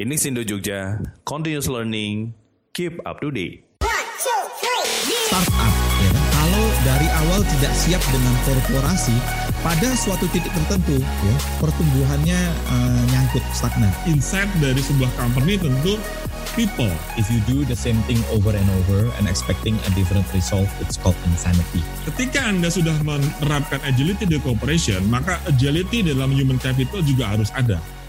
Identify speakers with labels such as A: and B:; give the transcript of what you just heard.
A: Ini Sindo Jogja, continuous learning, keep up to date.
B: startup. Ya kan? Kalau dari awal tidak siap dengan korporasi, pada suatu titik tertentu ya, pertumbuhannya eh, nyangkut stagnan.
C: insight dari sebuah company tentu people.
D: If you do the same thing over and over and expecting a different result, it's called insanity.
C: Ketika Anda sudah menerapkan agility di corporation, maka agility dalam human capital juga harus ada.